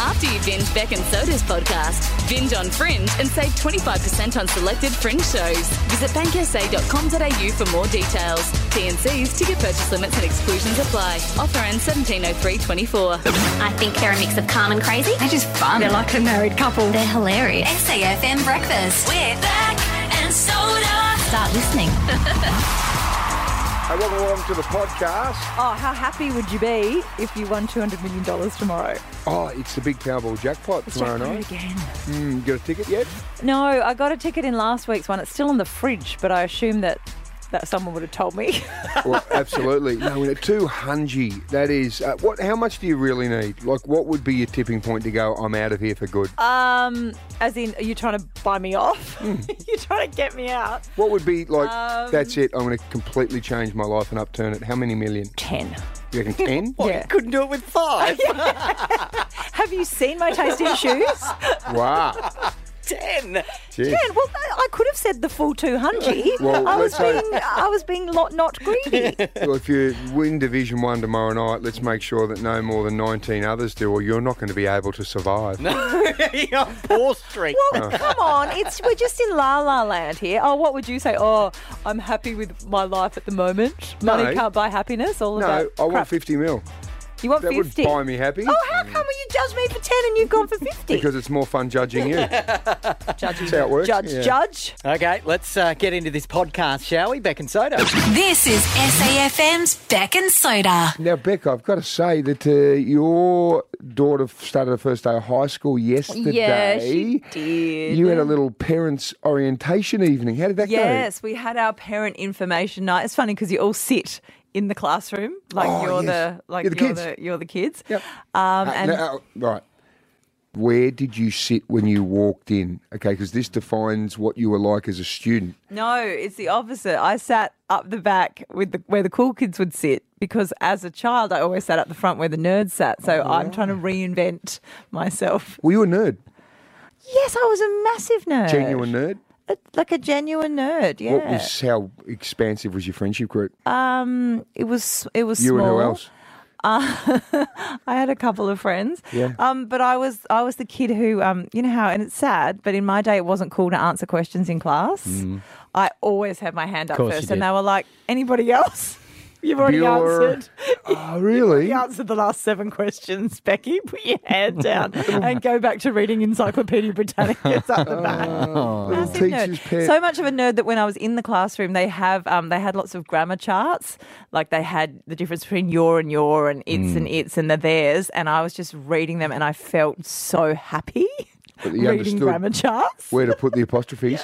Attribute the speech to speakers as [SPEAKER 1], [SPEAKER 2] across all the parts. [SPEAKER 1] after you binge Beck and Soda's podcast. Binge on Fringe and save 25% on selected Fringe shows. Visit banksa.com.au for more details. TNC's ticket purchase limits and exclusions apply. Offer ends 170324.
[SPEAKER 2] I think they're a mix of calm and crazy.
[SPEAKER 3] They're just fun.
[SPEAKER 2] They're like a married couple. They're hilarious.
[SPEAKER 3] SAFM Breakfast.
[SPEAKER 1] We're back and Soda.
[SPEAKER 2] Start listening.
[SPEAKER 4] Hey, welcome along to the podcast.
[SPEAKER 5] Oh, how happy would you be if you won $200 million tomorrow?
[SPEAKER 4] Oh, it's the big Powerball jackpot tomorrow night.
[SPEAKER 5] Again.
[SPEAKER 4] Mm, got a ticket yet?
[SPEAKER 5] No, I got a ticket in last week's one. It's still in the fridge, but I assume that, that someone would have told me.
[SPEAKER 4] well, absolutely. No, we're two hundred. That is uh, what. How much do you really need? Like, what would be your tipping point to go? I'm out of here for good.
[SPEAKER 5] um, as in, are you trying to buy me off?
[SPEAKER 4] Hmm.
[SPEAKER 5] You're trying to get me out.
[SPEAKER 4] what would be like?
[SPEAKER 5] um,
[SPEAKER 4] that's it. I'm going to completely change my life and upturn it. How many million?
[SPEAKER 5] 10.
[SPEAKER 4] You reckon ten?
[SPEAKER 5] Yeah. Couldn't do it with five. Have you seen my taste in shoes?
[SPEAKER 4] Wow.
[SPEAKER 6] Ten.
[SPEAKER 4] Jeez.
[SPEAKER 5] Man, well, I I could have said the full 200.
[SPEAKER 4] Well,
[SPEAKER 5] I was
[SPEAKER 4] let's hope-
[SPEAKER 5] being, I was being lot not greedy.
[SPEAKER 4] Well, if you win Division One tomorrow night, let's make sure that no more than 19 others do, or you're not going to be able to survive.
[SPEAKER 6] You're on Paul Street.
[SPEAKER 4] Oh.
[SPEAKER 5] Well, come on, it's we're just in la la land here. Oh, what would you say? Oh, I'm happy with my life at the moment. Money
[SPEAKER 4] No.
[SPEAKER 5] can't buy happiness. All
[SPEAKER 4] No,
[SPEAKER 5] of that.
[SPEAKER 4] I want
[SPEAKER 5] crap.
[SPEAKER 4] 50 mil.
[SPEAKER 5] You want
[SPEAKER 4] That
[SPEAKER 5] fifty?
[SPEAKER 4] would buy me happy.
[SPEAKER 5] Oh, how come you judge me for ten and you've gone for fifty?
[SPEAKER 4] Because it's more fun judging you.
[SPEAKER 5] judge,
[SPEAKER 4] how it works,
[SPEAKER 5] judge,
[SPEAKER 4] yeah.
[SPEAKER 5] judge.
[SPEAKER 6] Okay, let's uh, get into this podcast, shall we? Beck and Soda.
[SPEAKER 3] This is SAFM's Beck and Soda.
[SPEAKER 4] Now, Becca, I've got to say that uh, your daughter started her first day of high school yesterday.
[SPEAKER 5] Yeah, she did.
[SPEAKER 4] You had a little parents' orientation evening. How did that
[SPEAKER 5] Yes, we had our parent information night. It's funny because you all sit in the classroom, like
[SPEAKER 4] Oh,
[SPEAKER 5] you're
[SPEAKER 4] yes.
[SPEAKER 5] the like
[SPEAKER 4] You're
[SPEAKER 5] you're
[SPEAKER 4] the
[SPEAKER 5] the
[SPEAKER 4] kids.
[SPEAKER 5] you're the kids.
[SPEAKER 4] Yep.
[SPEAKER 5] Um,
[SPEAKER 4] go? Uh,
[SPEAKER 5] and
[SPEAKER 4] now, uh, right. Where did you sit when you walked in? Okay, because this defines what you were like as a student.
[SPEAKER 5] No, it's the opposite. I sat up the back with the, where the cool kids would sit because as a child I always sat up the front where the nerds sat. So
[SPEAKER 4] Oh,
[SPEAKER 5] I'm trying to reinvent myself.
[SPEAKER 4] Were you a nerd?
[SPEAKER 5] Yes, I was a massive nerd.
[SPEAKER 4] Genuine nerd?
[SPEAKER 5] A- like a genuine nerd. Yeah.
[SPEAKER 4] What was how expansive was your friendship group?
[SPEAKER 5] um, it was it was
[SPEAKER 4] you
[SPEAKER 5] small.
[SPEAKER 4] and who else?
[SPEAKER 5] I had a couple of friends.
[SPEAKER 4] Yeah.
[SPEAKER 5] Um, but I was I was the kid who um, you know how, and it's sad, but in my day it wasn't cool to answer questions in class. I always had my hand up
[SPEAKER 6] Mm. course you
[SPEAKER 5] first, and
[SPEAKER 6] did.
[SPEAKER 5] they were like, "Anybody else? You've already
[SPEAKER 4] Bueller.
[SPEAKER 5] answered."
[SPEAKER 4] Oh, really?
[SPEAKER 5] You answered the last seven questions, Becky. Put your hand down and go back to reading Encyclopedia Britannica up the back.
[SPEAKER 4] Little
[SPEAKER 5] Massive
[SPEAKER 4] Oh, teacher's
[SPEAKER 5] nerd.
[SPEAKER 4] pet.
[SPEAKER 5] So much of a nerd that when I was in the classroom, they have um, they had lots of grammar charts, like they had the difference between your and your and it's and
[SPEAKER 4] Mm.
[SPEAKER 5] it's and the theirs, and I was just reading them, and I felt so happy
[SPEAKER 4] But you
[SPEAKER 5] reading
[SPEAKER 4] understood um,
[SPEAKER 5] grammar charts.
[SPEAKER 4] where to put the apostrophes.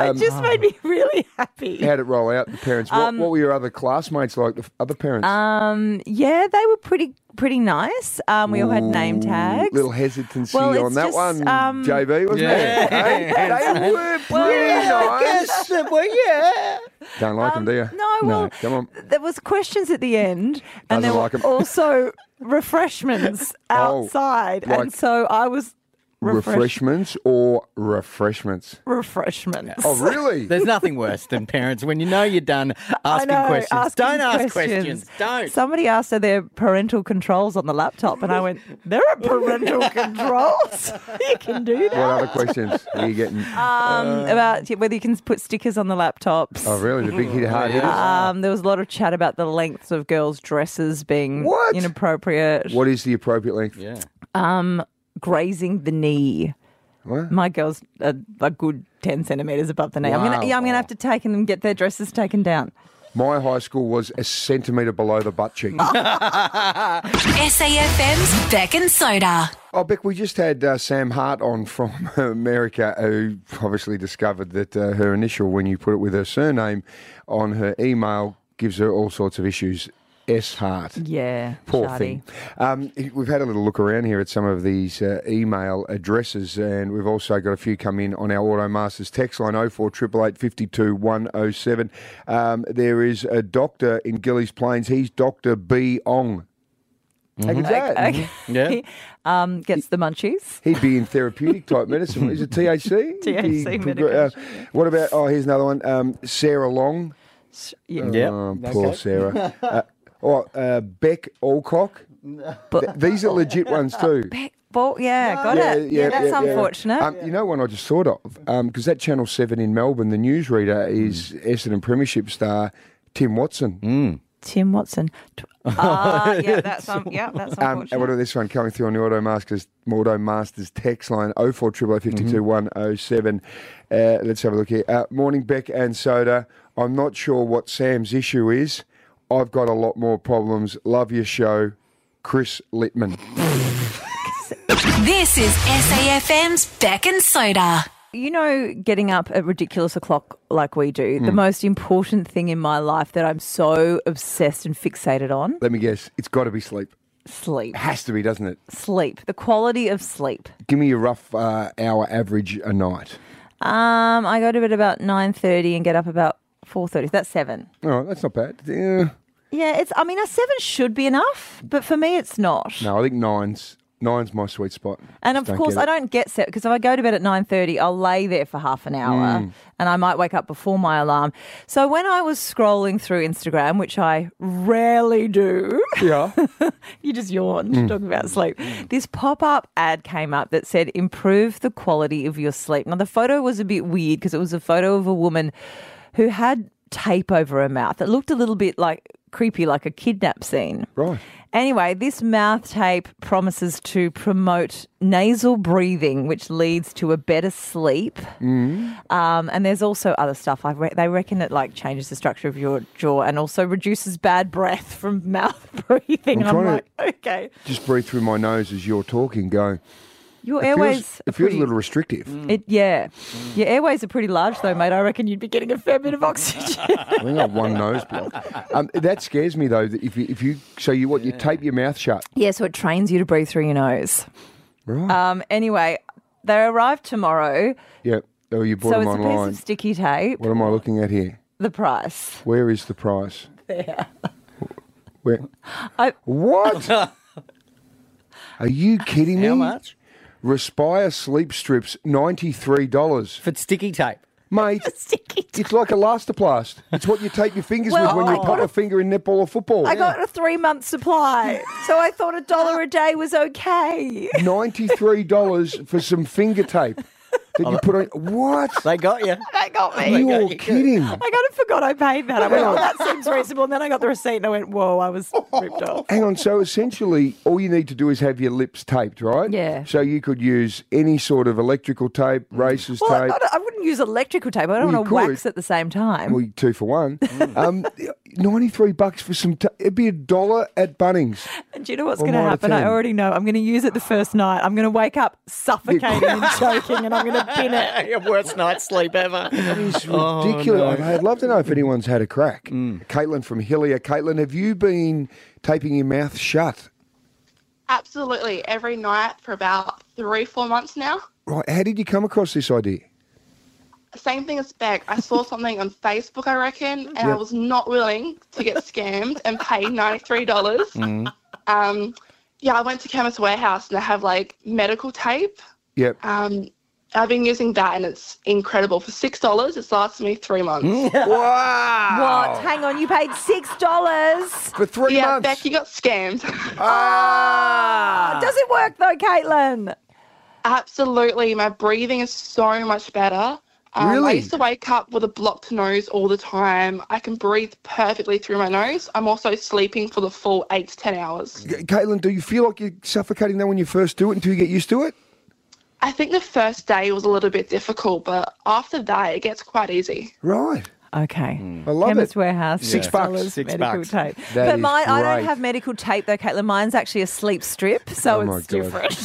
[SPEAKER 5] it just made Um, me really happy.
[SPEAKER 4] How'd it roll out? The parents. What, what were your other classmates like? The f- other parents.
[SPEAKER 5] um, Yeah, they were pretty pretty nice. Um, we all had name tags.
[SPEAKER 4] Mm, Little hesitancy
[SPEAKER 5] Well, it's
[SPEAKER 4] on that
[SPEAKER 5] just,
[SPEAKER 4] one,
[SPEAKER 5] um,
[SPEAKER 4] JB, wasn't it? Hey, they were pretty nice.
[SPEAKER 6] well, yeah.
[SPEAKER 4] Don't like them, do you?
[SPEAKER 5] No, well,
[SPEAKER 4] come on.
[SPEAKER 5] There was questions at the end,
[SPEAKER 4] Doesn't
[SPEAKER 5] and there
[SPEAKER 4] like 'em.
[SPEAKER 5] were also refreshments
[SPEAKER 4] Oh,
[SPEAKER 5] outside,
[SPEAKER 4] like-
[SPEAKER 5] and so I was refresh-
[SPEAKER 4] Refreshments or refreshments?
[SPEAKER 5] refreshments.
[SPEAKER 4] Oh, really?
[SPEAKER 6] There's nothing worse than parents when you know you're done
[SPEAKER 5] I
[SPEAKER 6] asking
[SPEAKER 5] know,
[SPEAKER 6] questions.
[SPEAKER 5] asking
[SPEAKER 6] Don't ask questions. Don't.
[SPEAKER 5] Somebody asked her their parental controls on the laptop, and I went, "There are parental controls. You can do
[SPEAKER 4] what
[SPEAKER 5] that."
[SPEAKER 4] other questions are you getting?
[SPEAKER 5] Um, about whether you can put stickers on the laptops.
[SPEAKER 4] oh, really? The big hit hard hitters?
[SPEAKER 5] Um, there was a lot of chat about the lengths of girls' dresses being
[SPEAKER 4] What?
[SPEAKER 5] inappropriate.
[SPEAKER 4] What is the appropriate length?
[SPEAKER 6] Yeah.
[SPEAKER 5] grazing the knee.
[SPEAKER 4] What?
[SPEAKER 5] My girls are a good ten centimeters above the knee. I'm
[SPEAKER 4] Wow.
[SPEAKER 5] gonna, yeah, I'm gonna have to take them get their dresses taken down.
[SPEAKER 4] My high school was a centimetre below the butt cheek.
[SPEAKER 3] SAFM's Beck and Soda.
[SPEAKER 4] Oh, Beck, we just had uh, Sam Hart on from America, uh, who obviously discovered that uh, her initial, when you put it with her surname on her email, gives her all sorts of issues. S Hart.
[SPEAKER 5] Yeah,
[SPEAKER 4] Poor
[SPEAKER 5] shardy.
[SPEAKER 4] thing. Um, we've had a little look around here at some of these uh, email addresses, and we've also got a few come in on our AutoMasters text line 04888 107. Um, there is a doctor in Gillies Plains. He's Dr. B. Ong. How good's that?
[SPEAKER 5] Mm-hmm.
[SPEAKER 4] Mm-hmm.
[SPEAKER 5] Okay.
[SPEAKER 6] Yeah.
[SPEAKER 5] um, gets the munchies.
[SPEAKER 4] He'd be in therapeutic type medicine. Is it THC?
[SPEAKER 5] THC
[SPEAKER 4] He'd be- uh,
[SPEAKER 5] medication,
[SPEAKER 4] what about? Oh, here's another one. Um, Sarah Long.
[SPEAKER 5] Yeah,
[SPEAKER 6] Yeah.
[SPEAKER 4] Oh, poor Sarah. Uh, oh, uh, Beck Alcock. Th- these are legit ones too.
[SPEAKER 5] Beck Ball, Eh, yeah, got it. Yeah, that's unfortunate.
[SPEAKER 4] Um, You know one I just thought of because that Channel Seven in Melbourne, the newsreader is
[SPEAKER 5] Hmm.
[SPEAKER 4] Essendon Premiership star Tim Watson. Um,
[SPEAKER 5] Tim Watson. Tw- Ah, yeah, that's un- yeah, that's
[SPEAKER 4] Um,
[SPEAKER 5] unfortunate.
[SPEAKER 4] and what about this one coming through on the Auto Masters, Auto Masters text line
[SPEAKER 5] Hmm.
[SPEAKER 4] 0400522107. Uh, let's have a look here. Uh, morning, Beck and Soda. I'm not sure what Sam's issue is. I've got a lot more problems. Love your show, Chris Littman.
[SPEAKER 3] This is SAFM's Beck and Soda.
[SPEAKER 5] You know, getting up at ridiculous o'clock like we do,
[SPEAKER 4] Hmm.
[SPEAKER 5] the most important thing in my life that I'm so obsessed and fixated on
[SPEAKER 4] Let me guess. It's got to be sleep.
[SPEAKER 5] sleep.
[SPEAKER 4] Has to be, doesn't it?
[SPEAKER 5] Sleep. The quality of sleep.
[SPEAKER 4] Give me your rough uh, hour average a night.
[SPEAKER 5] Um, I go to bed about nine thirty and get up about four thirty. That's seven.
[SPEAKER 4] All right, that's not bad. Yeah.
[SPEAKER 5] Yeah, it's I mean a seven should be enough, but for me it's not.
[SPEAKER 4] No, I think nine's nine's my sweet spot.
[SPEAKER 5] And
[SPEAKER 4] Just
[SPEAKER 5] of
[SPEAKER 4] don't
[SPEAKER 5] course,
[SPEAKER 4] get it.
[SPEAKER 5] I don't get set because if I go to bed at nine thirty, I'll lay there for half an hour,
[SPEAKER 4] Hmm.
[SPEAKER 5] and I might wake up before my alarm. So when I was scrolling through Instagram, which I rarely do,
[SPEAKER 4] Yeah.
[SPEAKER 5] you just yawned
[SPEAKER 4] Hmm.
[SPEAKER 5] talking about sleep. This pop up ad came up that said, "Improve the quality of your sleep." Now the photo was a bit weird because it was a photo of a woman who had tape over her mouth. It looked a little bit like creepy, like a kidnap scene.
[SPEAKER 4] right.
[SPEAKER 5] Anyway, this mouth tape promises to promote nasal breathing, which leads to a better sleep.
[SPEAKER 4] Mm.
[SPEAKER 5] Um, and there's also other stuff. I re- they reckon it like changes the structure of your jaw and also reduces bad breath from mouth breathing.
[SPEAKER 4] I'm
[SPEAKER 5] I'm,
[SPEAKER 4] trying
[SPEAKER 5] like,
[SPEAKER 4] to-
[SPEAKER 5] okay,
[SPEAKER 4] Just breathe through my nose as you're talking. Go.
[SPEAKER 5] your
[SPEAKER 4] It
[SPEAKER 5] airways.
[SPEAKER 4] feels,
[SPEAKER 5] are
[SPEAKER 4] it feels
[SPEAKER 5] pretty-
[SPEAKER 4] a little Mm. restrictive.
[SPEAKER 5] it- yeah, your airways are pretty large though, mate. I reckon you'd be getting a fair bit of oxygen.
[SPEAKER 4] I think I've one nose block. Um, that scares me though. That if you, if you so you what you tape your mouth shut.
[SPEAKER 5] yeah, so it trains you to breathe through your nose.
[SPEAKER 4] Right.
[SPEAKER 5] Um, anyway, they arrive tomorrow,
[SPEAKER 4] yeah. Oh, you bought
[SPEAKER 5] so
[SPEAKER 4] them
[SPEAKER 5] it's a
[SPEAKER 4] online.
[SPEAKER 5] piece of sticky tape.
[SPEAKER 4] what am I looking at here?
[SPEAKER 5] the price.
[SPEAKER 4] Where is the price? Where?
[SPEAKER 5] I-
[SPEAKER 4] what? Are you kidding me?
[SPEAKER 6] How much?
[SPEAKER 4] Respire sleep strips ninety three dollars,
[SPEAKER 6] For sticky tape.
[SPEAKER 4] mate. It's like a lastoplast. It's what you tape your fingers
[SPEAKER 5] Well,
[SPEAKER 4] with when you
[SPEAKER 5] I
[SPEAKER 4] put
[SPEAKER 5] got
[SPEAKER 4] a finger in netball or football.
[SPEAKER 5] I got a three month supply, so I thought a dollar a day was okay.
[SPEAKER 4] Ninety-three dollars for some finger tape that you put on. What?
[SPEAKER 6] They got you.
[SPEAKER 5] That got me.
[SPEAKER 4] You all kidding?
[SPEAKER 5] I kind of forgot I paid that. I went, oh, that seems reasonable. And then I got the receipt and I went, whoa, I was ripped off.
[SPEAKER 4] Hang on. So essentially, all you need to do is have your lips taped, right?
[SPEAKER 5] Yeah.
[SPEAKER 4] So you could use any sort of electrical tape, races
[SPEAKER 5] Well, I,
[SPEAKER 4] tape.
[SPEAKER 5] I wouldn't use electrical tape. I don't
[SPEAKER 4] Well,
[SPEAKER 5] want
[SPEAKER 4] you
[SPEAKER 5] to wax
[SPEAKER 4] could.
[SPEAKER 5] at the same time.
[SPEAKER 4] Well, two for one. Um, Ninety-three bucks for some. Ta- it'd be a dollar at Bunnings.
[SPEAKER 5] and do you know what's
[SPEAKER 4] well,
[SPEAKER 5] going to
[SPEAKER 4] mine are
[SPEAKER 5] happen? I
[SPEAKER 4] 10.
[SPEAKER 5] already know. I'm going to use it the first night. I'm going to wake up suffocating and choking and I'm going to bin it.
[SPEAKER 6] Your worst night's sleep ever.
[SPEAKER 4] It's ridiculous. I'd love to know if anyone's had a crack. Caitlin from Hillier. Caitlin, have you been taping your mouth shut?
[SPEAKER 7] Absolutely, every night for about three, four months now.
[SPEAKER 4] Right. How did you come across this idea?
[SPEAKER 7] Same thing as Beck. I saw something on Facebook, I reckon, and I was not willing to get scammed and pay $93.
[SPEAKER 4] Mm.
[SPEAKER 7] Um, yeah, I went to Chemist Warehouse and they have like medical tape.
[SPEAKER 4] Yep.
[SPEAKER 7] Um, I've been using that and it's incredible. For $6, it's lasted me three months.
[SPEAKER 4] wow.
[SPEAKER 5] What? Hang on, you paid $6.
[SPEAKER 4] For three
[SPEAKER 7] yeah,
[SPEAKER 4] months.
[SPEAKER 7] Beck, you got scammed.
[SPEAKER 4] Ah!
[SPEAKER 5] Does it work though, Caitlin?
[SPEAKER 7] Absolutely. My breathing is so much better. Um, I
[SPEAKER 4] Really?
[SPEAKER 7] used to wake up with a blocked nose all the time. I can breathe perfectly through my nose. I'm also sleeping for the full eight to 10 hours.
[SPEAKER 4] G- Caitlin, do you feel like you're suffocating though when you first do it until you get used to it?
[SPEAKER 7] I think the first day was a little bit difficult, but after that, it gets quite easy.
[SPEAKER 4] Right.
[SPEAKER 5] Okay.
[SPEAKER 4] I love
[SPEAKER 5] Chemist
[SPEAKER 4] it.
[SPEAKER 5] Warehouse.
[SPEAKER 4] Six
[SPEAKER 5] yeah.
[SPEAKER 4] bucks.
[SPEAKER 5] Sellers
[SPEAKER 6] Six
[SPEAKER 5] medical
[SPEAKER 6] bucks.
[SPEAKER 5] tape.
[SPEAKER 4] That
[SPEAKER 5] but
[SPEAKER 4] is
[SPEAKER 5] mine, I
[SPEAKER 4] great.
[SPEAKER 5] don't have medical tape though, Caitlin. Mine's actually a sleep strip, so
[SPEAKER 4] Oh my
[SPEAKER 5] it's
[SPEAKER 4] God.
[SPEAKER 5] different.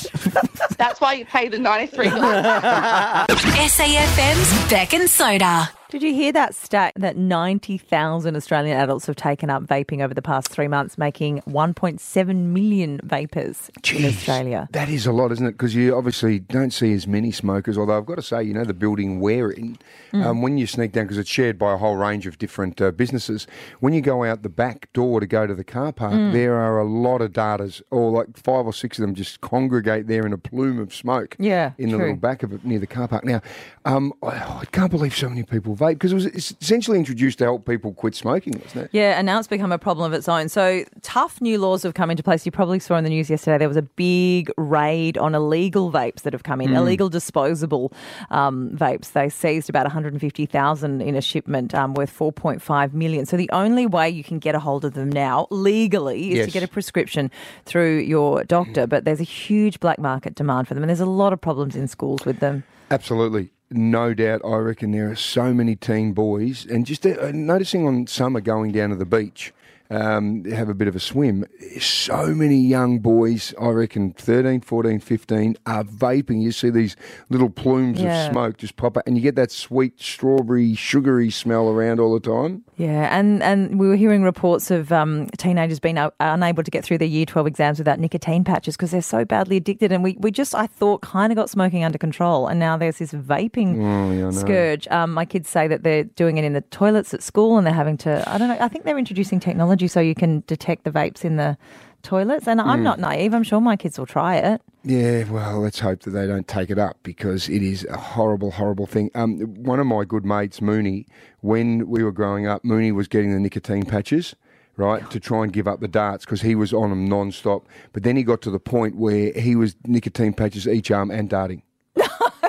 [SPEAKER 7] That's why you pay the 93
[SPEAKER 3] SAFM's Beck and Soda.
[SPEAKER 5] Did you hear that stat that 90,000 Australian adults have taken up vaping over the past three months, making 1.7 million vapors in
[SPEAKER 4] Jeez,
[SPEAKER 5] Australia?
[SPEAKER 4] That is a lot, isn't it? Because you obviously don't see as many smokers, although I've got to say, you know, the building we're in,
[SPEAKER 5] Mm.
[SPEAKER 4] um, when you sneak down, because it's shared by a whole range of different uh, businesses, when you go out the back door to go to the car park,
[SPEAKER 5] Mm.
[SPEAKER 4] there are a lot of darters, or like five or six of them just congregate there in a plume of smoke
[SPEAKER 5] Yeah,
[SPEAKER 4] in the little
[SPEAKER 5] true.
[SPEAKER 4] back of it near the car park. Now, um, I, I can't believe so many people vape. vape? Because it was es- essentially introduced to help people quit smoking, wasn't it?
[SPEAKER 5] Yeah, and now it's become a problem of its own. So tough new laws have come into place. You probably saw in the news yesterday there was a big raid on illegal vapes that have come
[SPEAKER 4] Mm.
[SPEAKER 5] in, illegal disposable um, vapes. They seized about 150,000 in a shipment um, worth 4.5 million. So the only way you can get a hold of them now legally is
[SPEAKER 4] Yes. Mm.
[SPEAKER 5] to get a prescription through your doctor. But there's a huge black market demand for them, and there's a lot of problems in schools with them.
[SPEAKER 4] Absolutely. No doubt, I reckon there are so many teen boys, and just uh, noticing on summer going down to the beach, um, have a bit of a swim. So many young boys, I reckon 13, 14, 15, are vaping. You see these little plumes
[SPEAKER 5] Yeah.
[SPEAKER 4] of smoke just pop up, and you get that sweet, strawberry, sugary smell around all the time.
[SPEAKER 5] Yeah, and, and we were hearing reports of um, teenagers being u- unable to get through their year 12 exams without nicotine patches because they're so badly addicted. And we, we just, I thought, kind of got smoking under control. And now there's this vaping
[SPEAKER 4] Oh,
[SPEAKER 5] scourge. Um, my kids say that they're doing it in the toilets at school and they're having to, I don't know, I think they're introducing technology so you can detect the vapes in the toilets. And
[SPEAKER 4] Hmm.
[SPEAKER 5] I'm not naive, I'm sure my kids will try it.
[SPEAKER 4] Yeah, well, let's hope that they don't take it up because it is a horrible, horrible thing. Um, one of my good mates, Mooney, when we were growing up, Mooney was getting the nicotine patches, right, to try and give up the darts because he was on them non-stop. But then he got to the point where he was nicotine patches each arm and darting.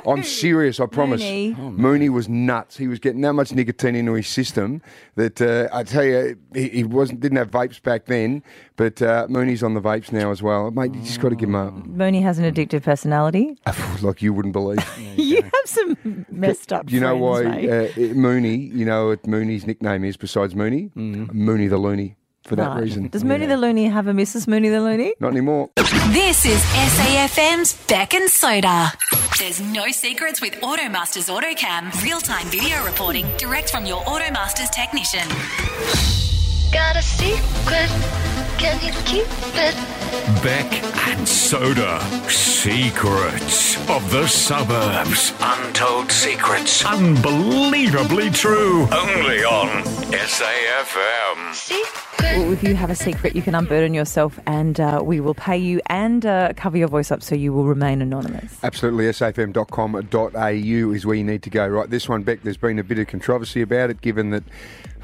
[SPEAKER 4] I'm serious, I promise.
[SPEAKER 5] Mooney.
[SPEAKER 4] Mooney was nuts. He was getting that much nicotine into his system that uh, I tell you, he, he wasn't didn't have vapes back then, but uh, Mooney's on the vapes now as well. Mate, you just got to give him up.
[SPEAKER 5] Mooney has an addictive personality.
[SPEAKER 4] like Hmm. you wouldn't believe.
[SPEAKER 5] You have some messed up
[SPEAKER 4] You know why
[SPEAKER 5] friends, mate.
[SPEAKER 4] uh, it- Mooney? You know what Mooney's nickname is besides Mooney? Mooney the Looney for that
[SPEAKER 5] Mm. Right.
[SPEAKER 4] reason.
[SPEAKER 5] Does Mooney the Looney have a Mrs. Mooney the Looney?
[SPEAKER 4] Not anymore.
[SPEAKER 3] This is SAFM's Beck and Soda. There's no secrets with Automasters AutoCam. Real time video reporting direct from your Automasters technician.
[SPEAKER 8] Got a secret? Can you keep it?
[SPEAKER 9] Beck and Soda. Secrets of the suburbs. Untold secrets. Unbelievably true. Only on SAFM.
[SPEAKER 8] Secret?
[SPEAKER 5] Well, if you have a secret, you can unburden yourself and uh, we will pay you and uh, cover your voice up so you will remain anonymous.
[SPEAKER 4] Absolutely, safm.com.au is where you need to go. Right, this one, Beck, there's been a bit of controversy about it, given that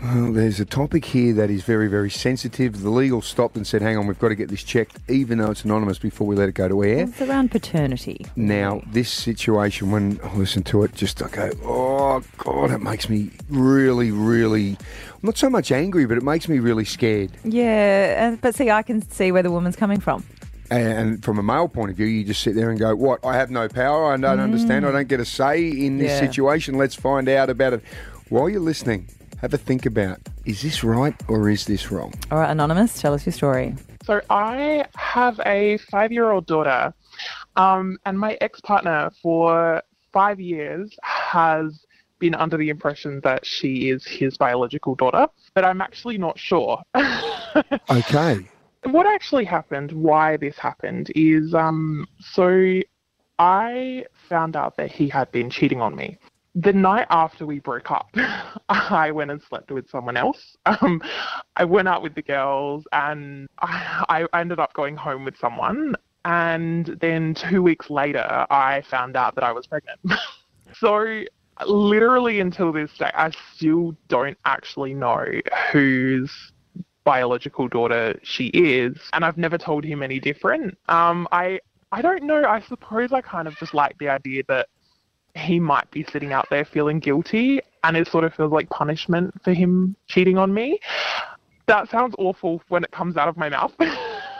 [SPEAKER 4] well, there's a topic here that is very, very sensitive. The legal stopped and said, hang on, we've got to get this checked, even though it's anonymous, before we let it go to air.
[SPEAKER 5] It's around paternity.
[SPEAKER 4] Now, this situation, when I listen to it, just I go, oh God, it makes me really, really, I'm not so much angry, but it makes me really scared.
[SPEAKER 5] Yeah, uh, but see, I can see where the woman's coming from.
[SPEAKER 4] And from a male point of view, you just sit there and go, what? I have no power. I don't understand. I don't get a say in this
[SPEAKER 5] Yeah.
[SPEAKER 4] situation. Let's find out about it. While you're listening, have a think about is this right or is this wrong?
[SPEAKER 5] All right, Anonymous, tell us your story.
[SPEAKER 10] So I have a five year old daughter, um, and my ex partner for five years has been under the impression that she is his biological daughter, but I'm actually not sure.
[SPEAKER 4] Okay.
[SPEAKER 10] what actually happened, why this happened, is um, so I found out that he had been cheating on me. The night after we broke up, I went and slept with someone else. Um, I went out with the girls and I, I ended up going home with someone. And then two weeks later, I found out that I was pregnant. so, literally until this day, I still don't actually know who's biological daughter she is, and I've never told him any different. Um, I I don't know. I suppose I kind of just like the idea that he might be sitting out there feeling guilty, and it sort of feels like punishment for him cheating on me. That sounds awful when it comes out of my mouth,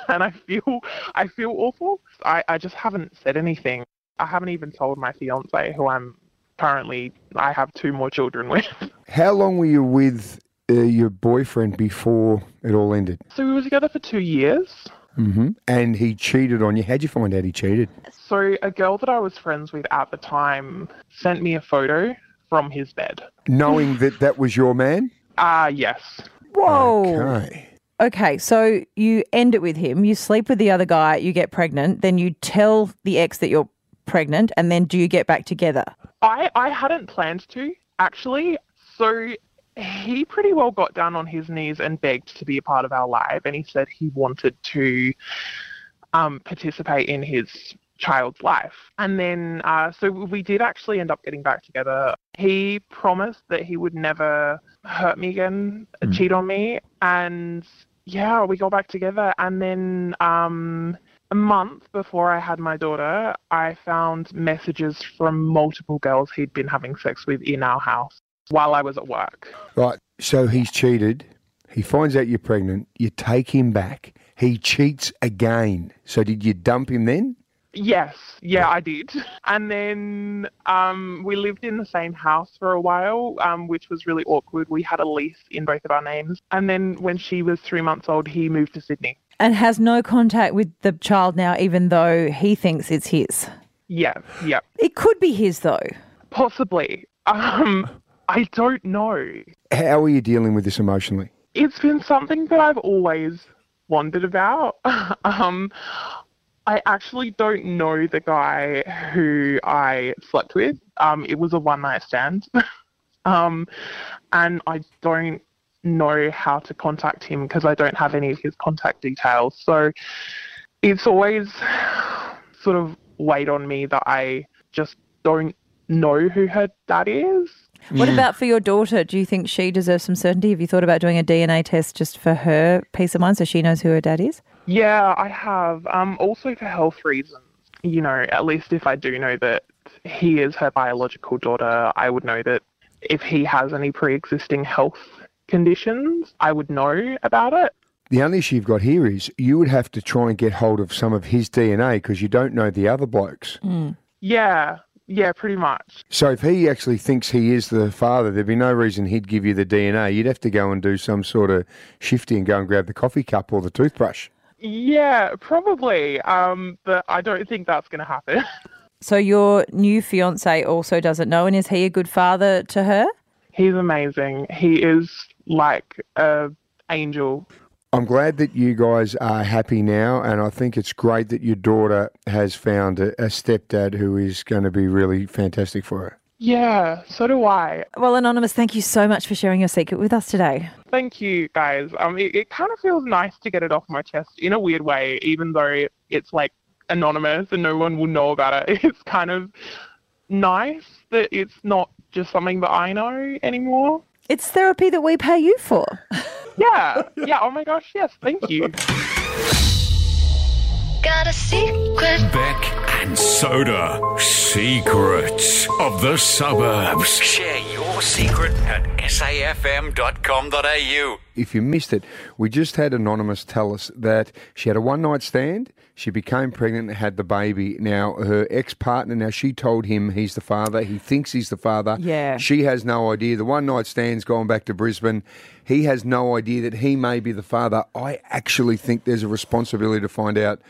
[SPEAKER 10] and I feel I feel awful. I, I just haven't said anything. I haven't even told my fiance who I'm currently. I have two more children with.
[SPEAKER 4] How long were you with uh, your boyfriend before it all ended?
[SPEAKER 10] So we were together for two years.
[SPEAKER 4] hmm And he cheated on you. How'd you find out he cheated?
[SPEAKER 10] So a girl that I was friends with at the time sent me a photo from his bed.
[SPEAKER 4] knowing that that was your man.
[SPEAKER 10] Ah, yes.
[SPEAKER 5] Whoa.
[SPEAKER 4] Okay.
[SPEAKER 5] Okay, so you end it with him, you sleep with the other guy, you get pregnant, then you tell the ex that you're pregnant, and then do you get back together?
[SPEAKER 10] I, I hadn't planned to, actually. So he pretty well got down on his knees and begged to be a part of our life. And he said he wanted to um, participate in his child's life. And then, uh, so we did actually end up getting back together. He promised that he would never hurt me again,
[SPEAKER 11] Mm.
[SPEAKER 10] cheat on me. And yeah, we got back together. And then um, a month before I had my daughter, I found messages from multiple girls he'd been having sex with in our house while I was at work.
[SPEAKER 4] Right. So he's cheated. He finds out you're pregnant. You take him back. He cheats again. So did you dump him then?
[SPEAKER 10] Yes, yeah, I did. And then um, we lived in the same house for a while, um, which was really awkward. We had a lease in both of our names. And then when she was three months old, he moved to Sydney.
[SPEAKER 5] And has no contact with the child now, even though he thinks it's his.
[SPEAKER 10] Yeah, yeah.
[SPEAKER 5] It could be his, though.
[SPEAKER 10] Possibly. Um, I don't know.
[SPEAKER 4] How are you dealing with this emotionally?
[SPEAKER 10] it's been something that I've always wondered about. um, I actually don't know the guy who I slept with. Um, it was a one night stand. um, and I don't know how to contact him because I don't have any of his contact details. So it's always sort of weighed on me that I just don't know who her dad is.
[SPEAKER 5] What
[SPEAKER 10] Mm.
[SPEAKER 5] about for your daughter? Do you think she deserves some certainty? Have you thought about doing a DNA test just for her peace of mind so she knows who her dad is?
[SPEAKER 10] Yeah, I have. Um, also for health reasons. You know, at least if I do know that he is her biological daughter, I would know that if he has any pre-existing health conditions, I would know about it.
[SPEAKER 4] The only issue you've got here is you would have to try and get hold of some of his DNA because you don't know the other blokes.
[SPEAKER 10] Yeah, yeah, pretty much.
[SPEAKER 4] So if he actually thinks he is the father, there'd be no reason he'd give you the DNA. You'd have to go and do some sort of shifty and go and grab the coffee cup or the toothbrush.
[SPEAKER 10] Yeah, probably. Um, but I don't think that's going to happen.
[SPEAKER 5] So your new fiance also doesn't know, and is he a good father to her?
[SPEAKER 10] He's amazing. He is like a angel.
[SPEAKER 4] I'm glad that you guys are happy now, and I think it's great that your daughter has found a, a stepdad who is going to be really fantastic for her.
[SPEAKER 10] Yeah, so do I.
[SPEAKER 5] Well, Anonymous, thank you so much for sharing your secret with us today.
[SPEAKER 10] Thank you, guys. Um, it, it kind of feels nice to get it off my chest in a weird way, even though it's like anonymous and no one will know about it. It's kind of nice that it's not just something that I know anymore.
[SPEAKER 5] It's therapy that we pay you for.
[SPEAKER 10] Yeah, yeah. Oh my gosh, yes. Thank you.
[SPEAKER 8] Got a secret.
[SPEAKER 9] Beck and Soda. Secrets of the suburbs. Share your secret at safm.com.au.
[SPEAKER 4] If you missed it, we just had Anonymous tell us that she had a one night stand, she became pregnant and had the baby. Now, her ex partner, now she told him he's the father, he thinks he's the father.
[SPEAKER 5] Yeah.
[SPEAKER 4] She has no idea. The one night stand's gone back to Brisbane. He has no idea that he may be the father. I actually think there's a responsibility to find out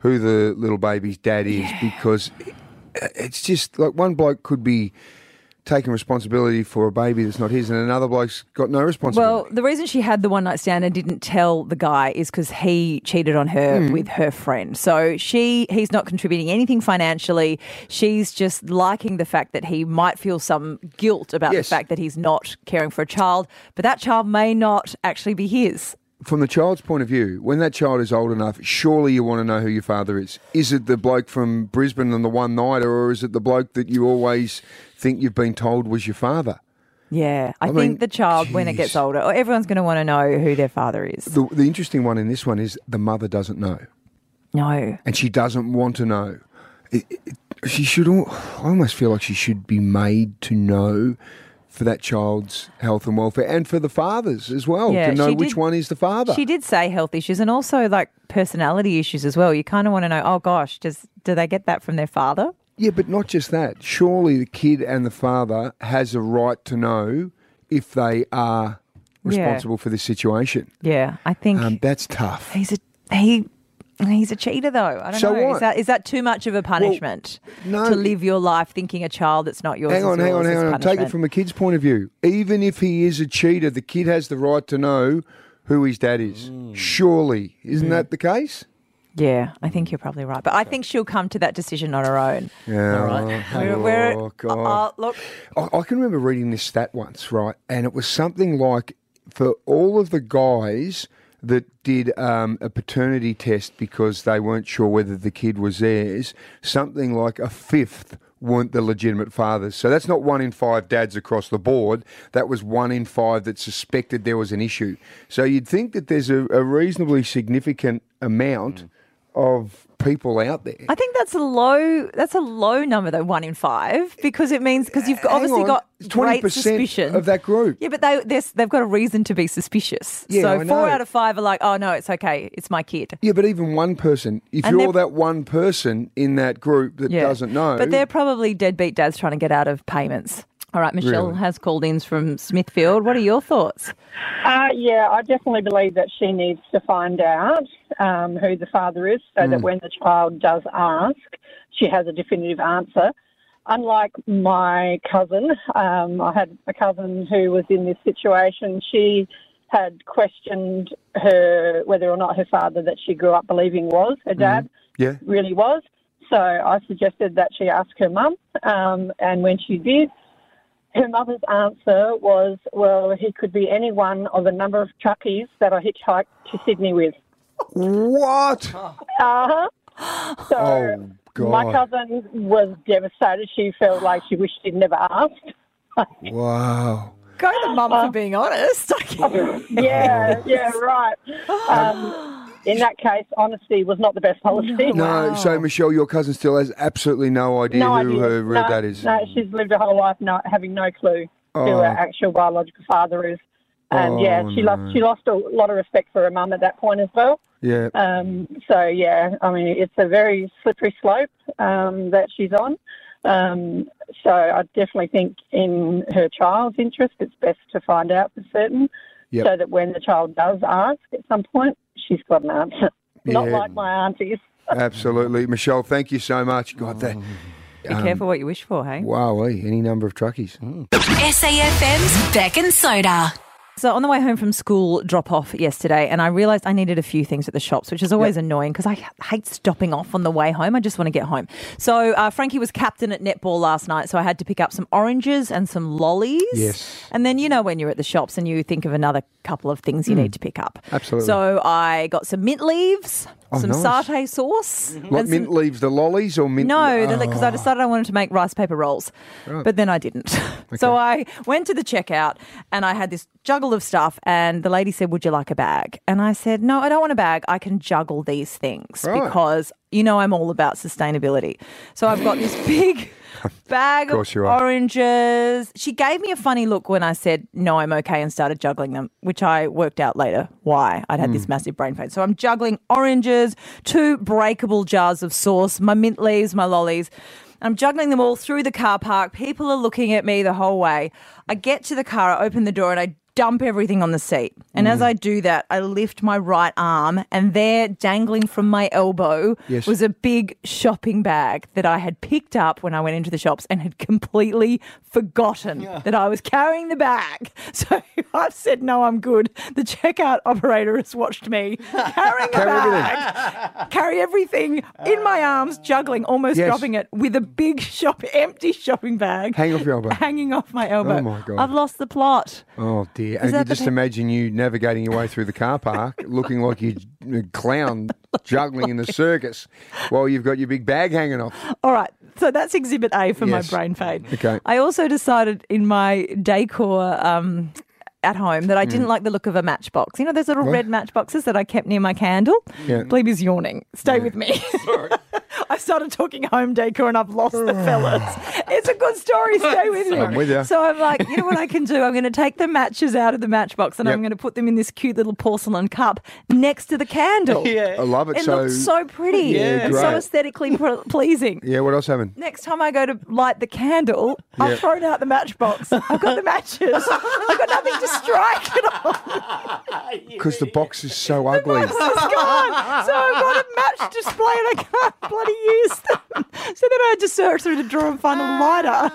[SPEAKER 4] who the little baby's dad is because it's just like one bloke could be taking responsibility for a baby that's not his and another bloke's got no responsibility.
[SPEAKER 5] Well, the reason she had the one night stand and didn't tell the guy is because he cheated on her
[SPEAKER 4] Mm.
[SPEAKER 5] with her friend. So she, he's not contributing anything financially. She's just liking the fact that he might feel some guilt about
[SPEAKER 4] Yes.
[SPEAKER 5] the fact that he's not caring for a child, but that child may not actually be his.
[SPEAKER 4] from the child's point of view, when that child is old enough, surely you want to know who your father is. Is it the bloke from Brisbane and the one nighter, or is it the bloke that you always think you've been told was your father?
[SPEAKER 5] Yeah,
[SPEAKER 4] I
[SPEAKER 5] I, think
[SPEAKER 4] mean,
[SPEAKER 5] the child when it gets older, or everyone's going to want to know who their father is.
[SPEAKER 4] The, the interesting one in this one is the mother doesn't know,
[SPEAKER 5] No,
[SPEAKER 4] and she doesn't want to know. It- it- she should. al- I almost feel like she should be made to know for that child's health and welfare, and for the fathers as well
[SPEAKER 5] Yeah,
[SPEAKER 4] to know
[SPEAKER 5] she
[SPEAKER 4] which
[SPEAKER 5] did-
[SPEAKER 4] one is the father.
[SPEAKER 5] she did say health issues and also like personality issues as well. You kind of want to know, oh gosh, does do they get that from their father?
[SPEAKER 4] Yeah, but not just that. Surely the kid and the father has a right to know if they are
[SPEAKER 5] Yeah.
[SPEAKER 4] responsible for this situation.
[SPEAKER 5] Yeah, I think
[SPEAKER 4] Um, that's tough.
[SPEAKER 5] he's a he. He's a cheater, though. I don't
[SPEAKER 4] So
[SPEAKER 5] know. Is
[SPEAKER 4] what?
[SPEAKER 5] that is that too much of a punishment
[SPEAKER 4] no.
[SPEAKER 5] to live your life thinking a child that's not yours?
[SPEAKER 4] Hang
[SPEAKER 5] is
[SPEAKER 4] on, hang
[SPEAKER 5] yours
[SPEAKER 4] on, hang
[SPEAKER 5] is
[SPEAKER 4] on. Take it
[SPEAKER 5] punishment?
[SPEAKER 4] from a kid's point of view. Even if he is a cheater, the kid has the right to know who his dad is. Surely, isn't
[SPEAKER 5] Mm.
[SPEAKER 4] that the case?
[SPEAKER 5] Yeah, I think you're probably right, but I think she'll come to that decision on her own.
[SPEAKER 4] Yeah.
[SPEAKER 5] We're-
[SPEAKER 4] Oh,
[SPEAKER 5] we're- uh,
[SPEAKER 4] God.
[SPEAKER 5] look.
[SPEAKER 4] I, I can remember reading this stat once, right? And it was something like for all of the guys that did um, a paternity test because they weren't sure whether the kid was theirs, something like a fifth weren't the legitimate fathers. So that's not one in five dads across the board. That was one in five that suspected there was an issue. So you'd think that there's a, a reasonably significant amount of people out there.
[SPEAKER 5] I think that's a low. That's a low number though, one in five, because it means because you've obviously
[SPEAKER 4] on,
[SPEAKER 5] got
[SPEAKER 4] it's
[SPEAKER 5] great
[SPEAKER 4] 20%
[SPEAKER 5] suspicion
[SPEAKER 4] of that group.
[SPEAKER 5] Yeah, but they they're- they've got a reason to be suspicious.
[SPEAKER 4] Yeah,
[SPEAKER 5] so
[SPEAKER 4] I
[SPEAKER 5] four
[SPEAKER 4] know.
[SPEAKER 5] out of five are like, oh no, it's okay, it's my kid.
[SPEAKER 4] Yeah, but even one person, if
[SPEAKER 5] And
[SPEAKER 4] you're
[SPEAKER 5] they're-
[SPEAKER 4] that one person in that group that
[SPEAKER 5] Yeah.
[SPEAKER 4] doesn't know,
[SPEAKER 5] But they're probably deadbeat dads trying to get out of payments. All right, Michelle
[SPEAKER 4] Really?
[SPEAKER 5] has called in from Smithfield. What are your thoughts?
[SPEAKER 10] Uh, yeah, I definitely believe that she needs to find out um, who the father is so that
[SPEAKER 12] Mm.
[SPEAKER 10] when the child does ask, she has a definitive answer. Unlike my cousin, um, I had a cousin who was in this situation. She had questioned her whether or not her father that she grew up believing was her dad
[SPEAKER 4] yeah.
[SPEAKER 10] really was. So I suggested that she ask her mum, um, and when she did, her mother's answer was, "Well, he could be any one of a number of truckies that I hitchhiked to Sydney with."
[SPEAKER 4] What?
[SPEAKER 10] Uh huh. So
[SPEAKER 4] oh God,
[SPEAKER 10] my cousin was devastated. She felt like she wished she'd never
[SPEAKER 4] Oh.
[SPEAKER 10] asked.
[SPEAKER 4] wow.
[SPEAKER 5] Go to mum for being honest.
[SPEAKER 10] yeah, yeah, right. Um, in that case, honesty was not the best policy.
[SPEAKER 4] No, so Michelle, your cousin still has absolutely no idea
[SPEAKER 10] no
[SPEAKER 4] who
[SPEAKER 10] idea.
[SPEAKER 4] her real
[SPEAKER 10] no,
[SPEAKER 4] dad is.
[SPEAKER 10] No, she's lived her whole life not having no clue who
[SPEAKER 4] Oh.
[SPEAKER 10] her uh, actual biological father is. And
[SPEAKER 4] Oh,
[SPEAKER 10] yeah, she
[SPEAKER 4] no.
[SPEAKER 10] lost she lost a lot of respect for her mum at that point as well.
[SPEAKER 4] Yeah.
[SPEAKER 10] Um, so yeah, I mean it's a very slippery slope um, that she's on. Um, so I definitely think in her child's interest, it's best to find out for certain,
[SPEAKER 4] Yep.
[SPEAKER 10] so that when the child does ask at some point, she's got an answer. Not
[SPEAKER 4] Yeah.
[SPEAKER 10] like my aunties.
[SPEAKER 4] Absolutely, Michelle. Thank you so much. God,
[SPEAKER 5] Mm.
[SPEAKER 4] that.
[SPEAKER 5] Be careful what you wish for, hey?
[SPEAKER 4] Wow, eh, any number of truckies.
[SPEAKER 1] SAFM's Beck and Soda.
[SPEAKER 5] So on the way home from school drop off yesterday, and I realised I needed a few things at the shops, which is always annoying because I h- hate stopping off on the way home. I just want to get home. So uh, Frankie was captain at netball last night, so I had to pick up some oranges and some lollies.
[SPEAKER 4] Yes.
[SPEAKER 5] And then you know when you're at the shops and you think of another couple of things you
[SPEAKER 4] Mm.
[SPEAKER 5] need to pick up.
[SPEAKER 4] Absolutely.
[SPEAKER 5] So I got some mint leaves,
[SPEAKER 4] Oh,
[SPEAKER 5] some
[SPEAKER 4] nice.
[SPEAKER 5] satay sauce,
[SPEAKER 4] Like
[SPEAKER 5] and some-
[SPEAKER 4] mint leaves the lollies or mint?
[SPEAKER 5] no, because I
[SPEAKER 4] Oh.
[SPEAKER 5] decided I wanted to make rice paper rolls,
[SPEAKER 4] Right.
[SPEAKER 5] but then I didn't. So I went to the checkout and I had this juggle of stuff, and the lady said, "Would you like a bag?" And I said, "No, I don't want a bag. I can juggle these things
[SPEAKER 12] Right.
[SPEAKER 5] because you know I'm all about sustainability." So I've got this big bag
[SPEAKER 12] Of
[SPEAKER 5] of,
[SPEAKER 12] course you are.
[SPEAKER 5] oranges. She gave me a funny look when I said, No, I'm okay, and started juggling them, which I worked out later why. I'd had this
[SPEAKER 12] Hmm.
[SPEAKER 5] massive brain fade. So I'm juggling oranges, two breakable jars of sauce, my mint leaves, my lollies. I'm juggling them all through the car park. People are looking at me the whole way. I get to the car, I open the door, and I dump everything on the seat. And
[SPEAKER 4] Mm.
[SPEAKER 5] as I do that, I lift my right arm, and there, dangling from my elbow,
[SPEAKER 12] Yes.
[SPEAKER 5] was a big shopping bag that I had picked up when I went into the shops and had completely forgotten that I was carrying the bag. So I've said, No, I'm good. The checkout operator has watched me carrying a
[SPEAKER 12] Carry everything.
[SPEAKER 5] bag, carry everything in my arms, juggling, almost
[SPEAKER 4] Yes.
[SPEAKER 5] dropping it with a big shop, empty shopping bag
[SPEAKER 4] Hang off your elbow.
[SPEAKER 5] hanging off my elbow.
[SPEAKER 4] Oh, my God.
[SPEAKER 5] I've lost the plot.
[SPEAKER 4] Oh dear!
[SPEAKER 5] Is
[SPEAKER 4] and you
[SPEAKER 5] that the
[SPEAKER 4] just
[SPEAKER 5] pe-
[SPEAKER 4] imagine you navigating your way through the car park, looking like you a clown juggling in the circus, while you've got your big bag hanging off.
[SPEAKER 5] All right. So that's exhibit A for
[SPEAKER 4] Yes.
[SPEAKER 5] my brain fade.
[SPEAKER 4] Okay.
[SPEAKER 5] I also decided in my decor um, at home that I didn't
[SPEAKER 12] Mm.
[SPEAKER 5] like the look of a matchbox. You know those little
[SPEAKER 12] What?
[SPEAKER 5] red matchboxes that I kept near my candle?
[SPEAKER 12] Yeah.
[SPEAKER 5] Bleeby's yawning. Stay with me. I started talking home decor and I've lost the fellas. It's a good story. Stay with me.
[SPEAKER 12] I'm with ya.
[SPEAKER 5] So I'm like, you know what I can do? I'm going to take the matches out of the matchbox and
[SPEAKER 4] Yep.
[SPEAKER 5] I'm going to put them in this cute little porcelain cup next to the candle.
[SPEAKER 4] Yeah. I love it.
[SPEAKER 5] It
[SPEAKER 4] So-
[SPEAKER 5] looks so pretty
[SPEAKER 4] Yeah,
[SPEAKER 5] and so
[SPEAKER 4] great.
[SPEAKER 5] aesthetically pr- pleasing.
[SPEAKER 4] Yeah. What else happened?
[SPEAKER 5] Next time I go to light the candle,
[SPEAKER 4] Yeah.
[SPEAKER 5] I've thrown out the matchbox. I've got the matches. I've got nothing to strike it on.
[SPEAKER 4] Because the box is so ugly.
[SPEAKER 5] It's gone. So I've got a match display and I can't bloody use them. So then I had to search through the drawer and find a lighter.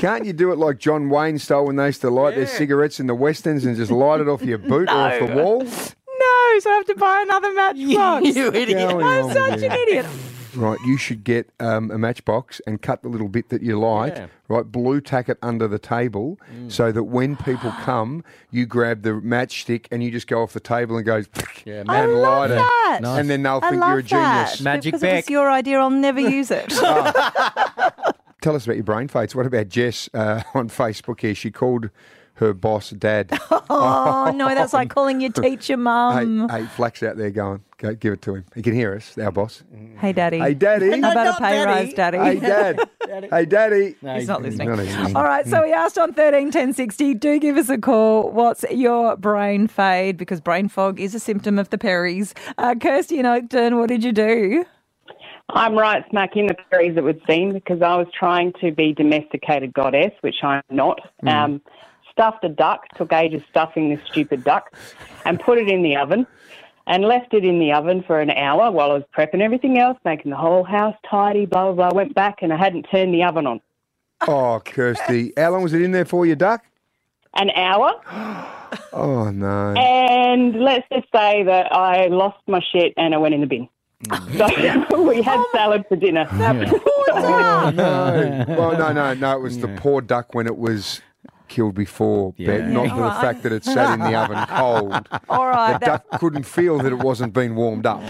[SPEAKER 4] Can't you do it like John Wayne style when they used to light their cigarettes in the West Ends and just light it off your boot or off the
[SPEAKER 5] No.
[SPEAKER 4] wall?
[SPEAKER 5] No, so I have to buy another matchbox.
[SPEAKER 4] You idiot.
[SPEAKER 5] I'm such an idiot.
[SPEAKER 4] right, you should get um, a matchbox and cut the little bit that you like,
[SPEAKER 13] Yeah.
[SPEAKER 4] right, blue tack it under the table
[SPEAKER 13] Mm.
[SPEAKER 4] so that when people come, you grab the matchstick and you just go off the table and go, yeah,
[SPEAKER 5] I
[SPEAKER 4] and
[SPEAKER 5] love
[SPEAKER 4] light
[SPEAKER 5] that.
[SPEAKER 4] it. And then they'll think you're a genius. Oh.
[SPEAKER 5] because if it's your idea, I'll never use it.
[SPEAKER 4] Tell us about your brain fades. What about Jess uh, on Facebook here? She called her boss dad.
[SPEAKER 5] oh no, that's like calling your teacher mum.
[SPEAKER 4] Hey, hey, Flax out there going, go give it to him. He can hear us, our boss.
[SPEAKER 5] Hey, daddy.
[SPEAKER 4] Hey, daddy.
[SPEAKER 5] How about a pay rise, daddy?
[SPEAKER 4] Hey, dad. hey, daddy.
[SPEAKER 5] No, He's not listening.
[SPEAKER 4] not listening.
[SPEAKER 5] All right, so we asked on 13 10 60, do give us a call. What's your brain fade? Because brain fog is a symptom of the Perrys. Uh, Kirsty and Oakden, what did you do?
[SPEAKER 14] I'm right smack in the prairies, it would seem, because I was trying to be domesticated goddess, which I'm not.
[SPEAKER 15] Mm.
[SPEAKER 14] Um, stuffed a duck, took ages stuffing this stupid duck, and put it in the oven and left it in the oven for an hour while I was prepping everything else, making the whole house tidy, blah, blah, blah. Went back and I hadn't turned the oven on.
[SPEAKER 4] Oh, Kirsty. How long was it in there for, your duck?
[SPEAKER 14] An hour.
[SPEAKER 4] Oh, no.
[SPEAKER 14] And let's just say that I lost my shit and I went in the bin. So we
[SPEAKER 5] Oh
[SPEAKER 14] had salad for dinner.
[SPEAKER 4] Oh, no. Well, no, no, no. It was the poor duck when it was killed before, but not
[SPEAKER 5] Yeah.
[SPEAKER 4] for the
[SPEAKER 5] Alright.
[SPEAKER 4] fact that it sat in the oven cold.
[SPEAKER 5] All right,
[SPEAKER 4] The
[SPEAKER 5] that-
[SPEAKER 4] duck couldn't feel that it wasn't being warmed up.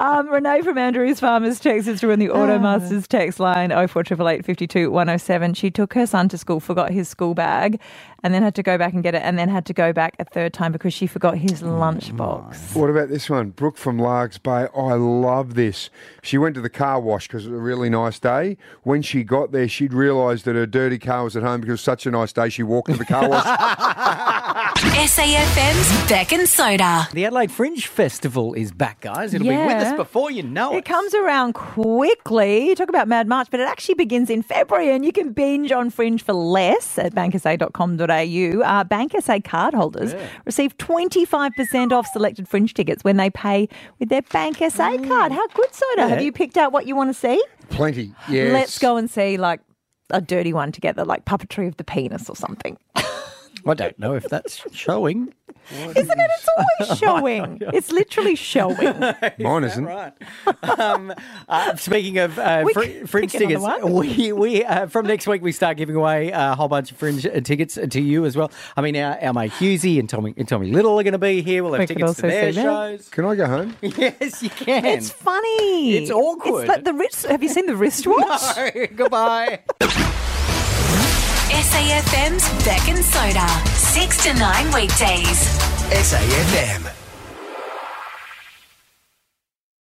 [SPEAKER 5] um, Renee from Andrews Farmers texts us through on the Automasters text line 04888 107. She took her son to school, forgot his school bag, and then had to go back and get it, and then had to go back a third time because she forgot his lunchbox.
[SPEAKER 4] What about this one? Brooke from Largs Bay. I love this. She went to the car wash because it was a really nice day. When she got there, she'd realised that her dirty car was at home because it was such a nice day. She walked to the car wash.
[SPEAKER 3] SAFM's Beck and Soda.
[SPEAKER 6] The Adelaide Fringe Festival is back, guys. It'll be with
[SPEAKER 5] Yeah.
[SPEAKER 6] us before you know it.
[SPEAKER 5] It comes around quickly. Talk about Mad March, but it actually begins in February, and you can binge on Fringe for less at banksa.com.au. Uh, BankSA cardholders receive 25% off selected Fringe tickets when they pay with their BankSA
[SPEAKER 6] Mm.
[SPEAKER 5] card. How good, Soda?
[SPEAKER 4] Yeah.
[SPEAKER 5] Have you picked out what you want to see?
[SPEAKER 4] Plenty. Yes.
[SPEAKER 5] Let's go and see, like, a dirty one together, like puppetry of the penis or something.
[SPEAKER 6] I don't know if that's showing.
[SPEAKER 5] Isn't it? It's
[SPEAKER 6] Oh
[SPEAKER 5] always showing. It's literally showing.
[SPEAKER 4] Mine isn't.
[SPEAKER 6] um, uh, speaking of uh,
[SPEAKER 5] Mm. We
[SPEAKER 6] fr-
[SPEAKER 5] can
[SPEAKER 6] fringe
[SPEAKER 5] pick
[SPEAKER 6] tickets,
[SPEAKER 5] another one.
[SPEAKER 6] we, we uh, from next week we start giving away a whole bunch of fringe uh, tickets to you as well. I mean, our, our mate Husey and Tommy and Tommy Little are going to be here. We'll have
[SPEAKER 5] We could
[SPEAKER 6] tickets to
[SPEAKER 5] also
[SPEAKER 6] their
[SPEAKER 5] see them.
[SPEAKER 6] shows.
[SPEAKER 4] Can I go home?
[SPEAKER 6] Yes, you can.
[SPEAKER 5] It's funny.
[SPEAKER 6] It's awkward.
[SPEAKER 5] It's like the wrist. Have you seen the wristwatch?
[SPEAKER 6] no, goodbye.
[SPEAKER 3] SAFM's Beck and Soda. Six to nine weekdays.
[SPEAKER 16] SAFM.